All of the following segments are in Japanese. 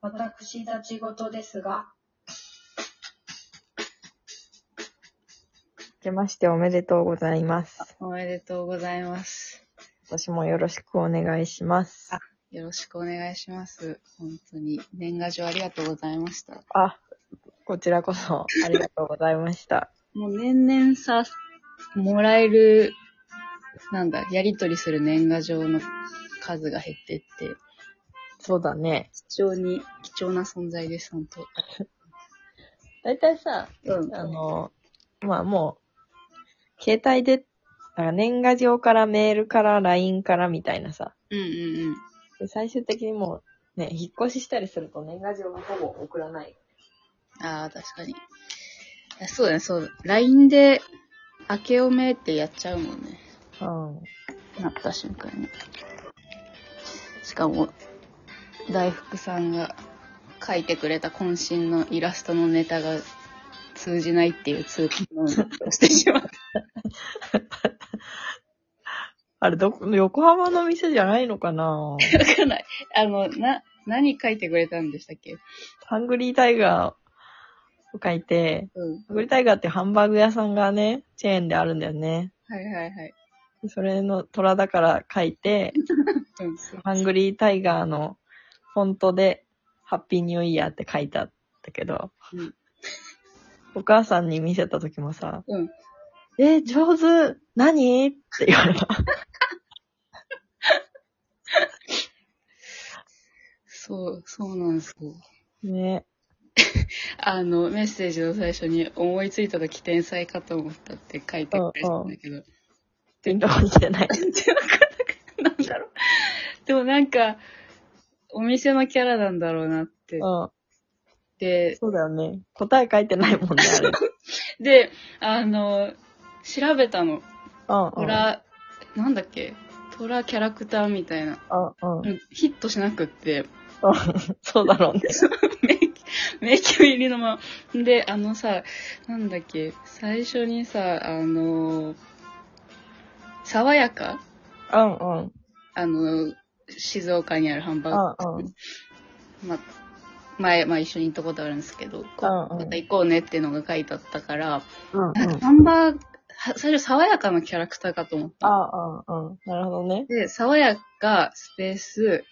私たち事ですが、明けましておめでとうございます。おめでとうございます。今年もよろしくお願いします。よろしくお願いします。本当に。年賀状ありがとうございました。あ、こちらこそありがとうございました。もう年々さ、もらえる、なんだ、やりとりする年賀状の数が減ってって、そうだね。貴重に、貴重な存在です、本当。だいたいさ、うんあの、まあもう、携帯で、なんか年賀状からメールから LINE からみたいなさ、うんうんうん。で最終的にもうね、引っ越ししたりすると年賀状がほぼ送らない。ああ、確かに。いやそうだね、そうだ。LINE で、明けおめってやっちゃうもんね。うん。なった瞬間に。しかも、大福さんが描いてくれた渾身のイラストのネタが通じないっていう通知を してしまう。あれ、どこ、横浜の店じゃないのかな わかんない。あの、な、何書いてくれたんでしたっけハングリータイガーを書いて、うん。ハングリータイガーってハンバーグ屋さんがね、チェーンであるんだよね。はいはいはい。それの虎だから書いて、うん。ハングリータイガーのフォントで、ハッピーニューイヤーって書いたんだけど、うんお母さんに見せた時もさ、うんえー、上手何って言われた。そう、そうなんですよ。ね。あの、メッセージの最初に思いついた時天才かと思ったって書いてくれたんだけど。ピンとこしてない。全然わかんなくなんだろう。でもなんか、お店のキャラなんだろうなってう。ん。で、そうだよね。答え書いてないもんね、あ れ。で、あの、調べたの。うん。うん虎、なんだっけ虎キャラクターみたいな。うん。うん。うんヒットしなくって、そうだろうね。迷迷宮入りのまま。で、あのさ、なんだっけ、最初にさ、あの、爽やかうんうん。あの、静岡にあるハンバーグうんうん。まあ、前、まあ一緒に行ったことあるんですけど、こううんうんまた行こうねっていうのが書いてあったから、うんなんうかん。ハンバーグ、は最初爽やかなキャラクターかと思った。ああ、うんうん。なるほどね。で、爽やか、スペース、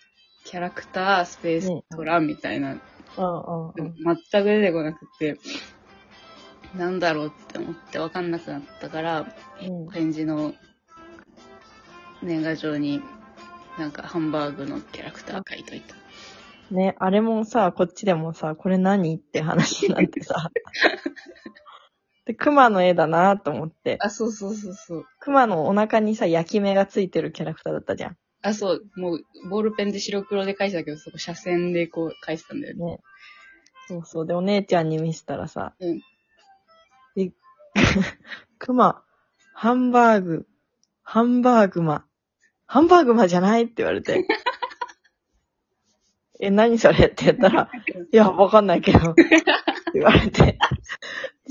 キャラクター、スペースうん、トラみたいな、うんうんうん。全く出てこなくて、なんだろうって思って分かんなくなったから、うんお返事の年賀状に、なんかハンバーグのキャラクター書いといた。ね、あれもさ、こっちでもさ、これ何って話になってさ。 で、熊の絵だなと思って。あ、そうそうそうそう。熊のお腹にさ、焼き目がついてるキャラクターだったじゃん。あ、そう、もう、ボールペンで白黒で書いてたけど、そこ、斜線でこう、書いてたんだよね。ね。そうそう。で、お姉ちゃんに見せたらさ。うんで、 熊、ハンバーグ、ハンバーグマ、ハンバーグマじゃないって言われて。 え、何それって言った ら、いや、わかんないけ ど。って言われて。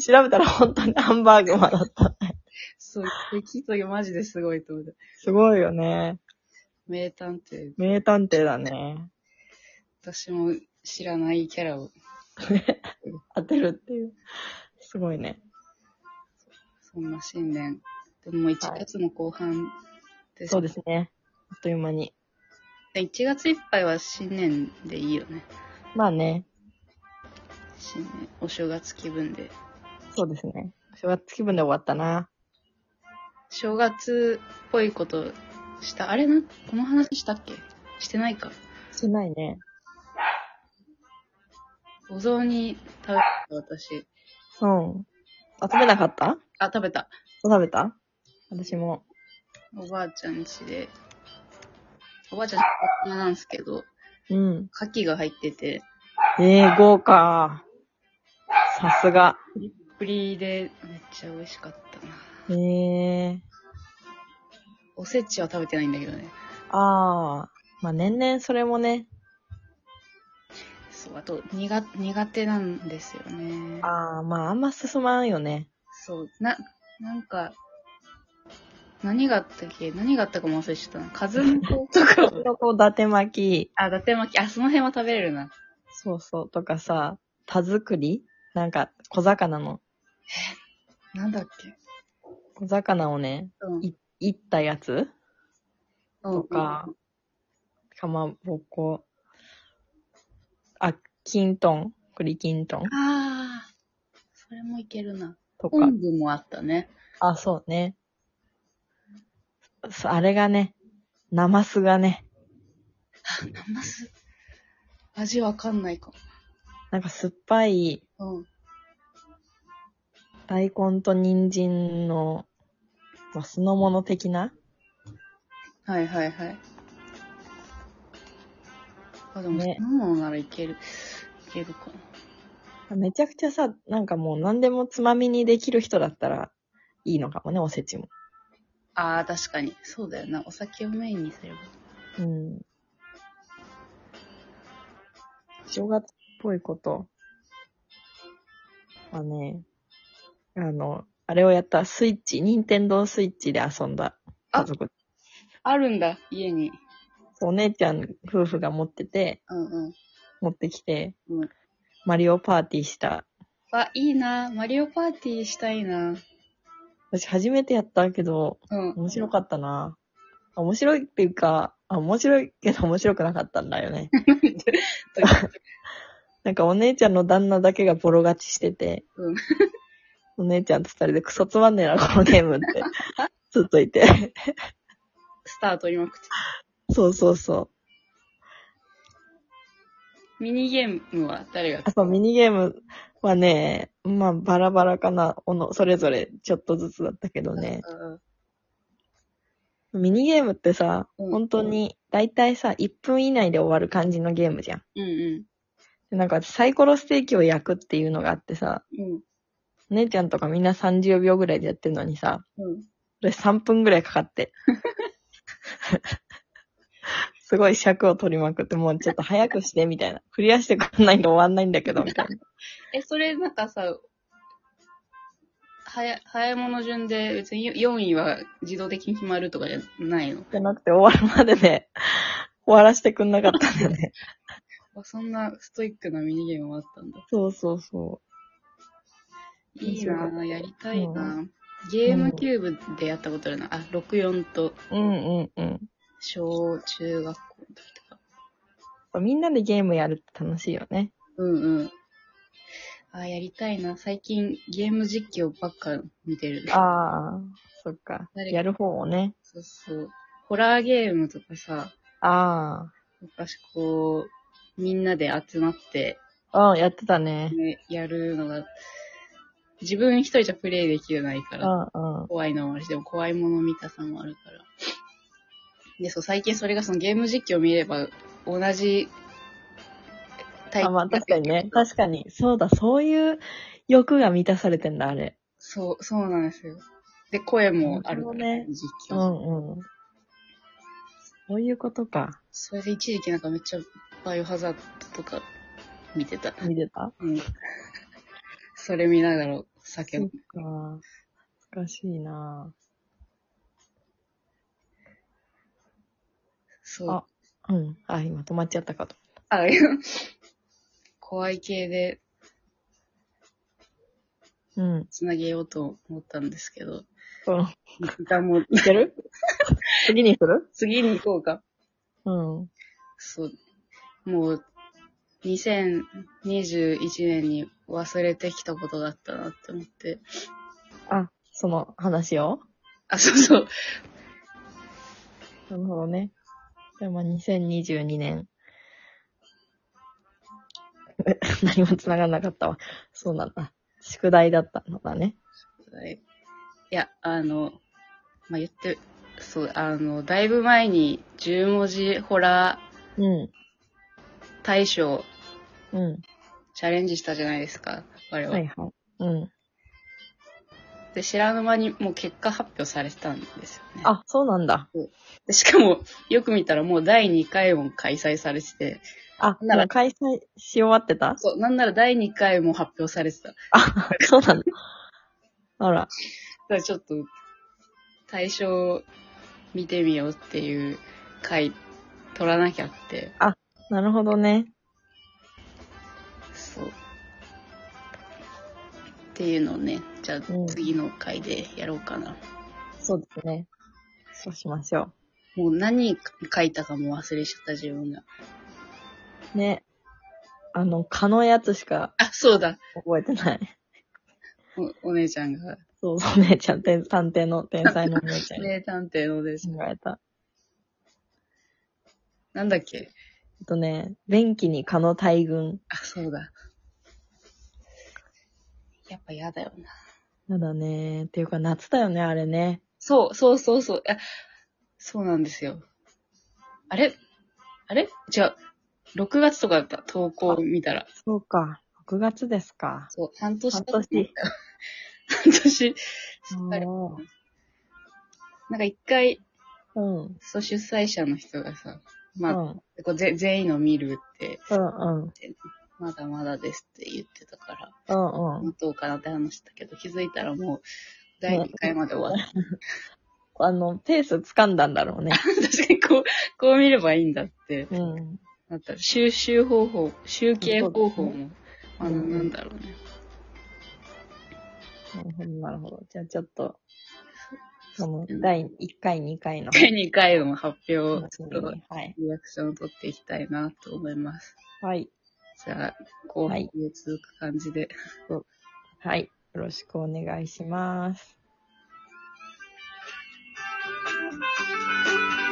調べたら本当にハンバーグマだった。そう、で、聞いた時マジですごいと思った。すごいよね。名探偵、名探偵だね。私も知らないキャラを。当てるっていう。すごいね。そんな新年。でももう1月の後半です、そうですね。あっという間に。で1月いっぱいは新年でいいよね。まあね。新年。お正月気分で。そうですね。正月気分で終わったな。正月っぽいことした。あれな、この話したっけしてないか。してないね。お雑煮食べた、私。うん。あ、食べなかったあ、食べた。食べた私も。おばあちゃん家で、おばあちゃん家なんですけど、うん。牡蠣が入ってて、ええー、豪華。さすが。プリでめっちゃ美味しかったな。ええー。おせちは食べてないんだけどね。ああ。まあ年々それもね。そう、あと、苦、苦手なんですよね。ああ、まああんま進まんよね。そう、な、なんか、何があったっけ何があったかも忘れちゃったな。数の子とか そをこ、伊達巻き。あ、伊達巻き、あ、その辺は食べれるな。そうそう。とかさ、田作りなんか、小魚の、なんだっけ小魚をね、うん。い、いったやつととか、かまぼっこ、あ、きんとん、栗きんとんああ、それもいけるな。とか、昆布もあったね。あ、そうね。そあれがね、ナマスがね、あ、ナマス。味わかんないかなんか酸っぱいも。うん。大根と人参の、まあ、酢の物的なはいはいはい。あ、でも、ねそんなのならいける。いけるかめちゃくちゃさ、なんかもう何でもつまみにできる人だったらいいのかもね、おせちも。な。ああ、確かに。そうだよな。お酒をメインにすれば。うん。正月っぽいことはね、あの、あれをやった、スイッチ、任天堂スイッチで遊んだあ家族。あるんだ、家に。お姉ちゃん夫婦が持ってて、うんうん。持ってきて、うんマリオパーティーした。あ、いいな。マリオパーティーしたいな。私初めてやったけど、うん。面白かったな。面白いっていうか、あ面白いけど面白くなかったんだよね。なんかお姉ちゃんの旦那だけがボロ勝ちしてて、うんお姉ちゃんと二人でクソつまんねえな、このゲー ムって。ずっといて。スタート今くて。そうそうそう。ミニゲームは誰があとミニゲームはね、まあバラバラかな、おの、それぞれちょっとずつだったけどね。うんミニゲームってさ、うん本当に、だいたいさ、1分以内で終わる感じのゲームじゃん。うんでなんかサイコロステーキを焼くっていうのがあってさ、うん。お姉ちゃんとかみんな30秒ぐらいでやってるのにさ、うん。それ3分ぐらいかかって。すごい尺を取りまくって、もうちょっと早くして、みたいな。クリアしてくんないと終わんないんだけど、みたいな。え、それなんかさ、早、早いもの順で別に4位は自動的に決まるとかじゃないのじゃなくて終わるまでね、終わらせてくんなかったんだよね。あそんなストイックなミニゲームもあったんだ。そうそうそいいな面白かっぁ、たやりたいなぁうゲームキューブでやったことあるな。あ、64とう。うんうんうん。小中学校の時とか。みんなでゲームやるって楽しいよね。うんうん。あ、やりたいな。最近ゲーム実況ばっか見てる。ああ、そっか。誰かやる方をね。そうそう。ホラーゲームとかさ、あ昔こう、みんなで集まって、あ。うん、やってたね。ね、やるのが、自分一人じゃプレイできないかうら、んうん。怖いのもあるし、でも怖いもの見たさもあるから。で、そう、最近それがそのゲーム実況見れば、同じ、体あ、まあ確かにね。確かに。そうだ、そういう欲が満たされてんだ、あれ。そう、そうなんですよ。で、声もあるかなるほどら、ね実う況。んうん。そういうことか。それで一時期なんかめっちゃバイオハザードとか見てた。見てたうん。それ見ながら酒そ飲っか。難しいなそう。あうん。あ、今止まっちゃったかと。あ、 怖い系でうん。つなげようと思ったんですけど。うん。一旦もう、 いける 次にする次に行こうか。うん。そう。もう、2021年に忘れてきたことがあったなって思って。あ、その話をあ、そうそう。なるほどね。じゃあまあ2022年。え 何も繋がんなかったわ。そうなんだ。宿題だったのだね。はいいや、あの、まあ、言って、そう、あの、だいぶ前に10文字ホラうん。ー大賞うチャレンジしたじゃないですか、我ん。々。はいはい。うん。で、知らぬ間にもう結果発表されてたんですよね。あ、そうなんだ。でしかも、よく見たらもう第2回も開催されてて、あ、ならもう開催し終わってたそう、なんなら第2回も発表されてた。だかあ、そうなんだ。あら。らちょっと、対象見てみようっていう回取らなきゃって。なるほどね。っていうのをね、じゃあうん次の回でやろうかな。そうですね。そうしましょもう何書いたかも忘れちゃった自分が。う。ね。あの、蚊のやつしかあ、そうだ。覚えてない。おお姉ちゃんが、そう、お姉ちゃん、天探偵の天才のお姉ちゃんに名探偵のお姉ちゃん。考えた。なんだっけえっとね、便器に蚊の大群。あ、そうだ。やっぱ嫌だよな。やだね。っていうか夏だよね、あれね。そう、そうそうそう。あ、そうなんですよ。あれあれ違う。6月とかだった。投稿を見たら。そうか。6月ですか。そう、半年。半年。半年。かりもなんか一回、ううん。そう主催者の人がさ、うまあ、ん。こうぜ全員の見るって、うん。うん。まだまだですって言ってたから、うん。うん。本当かなって話したけど、気づいたらもう、第2回まで終わった。あの、ペース掴んだんだろうね。確かにこう、こう見ればいいんだって。うん。なったら収集方法、集計方法もそう学ですねんだんだろうね。なるほど、なるほど。じゃあちょっと、その、第1回、2回の第2回の発表を、楽ちしょっみとに。はい。リアクションを取っていきたいなと思います。はい。じゃあ、後半はにい続く感じで。はい。よろしくお願いします。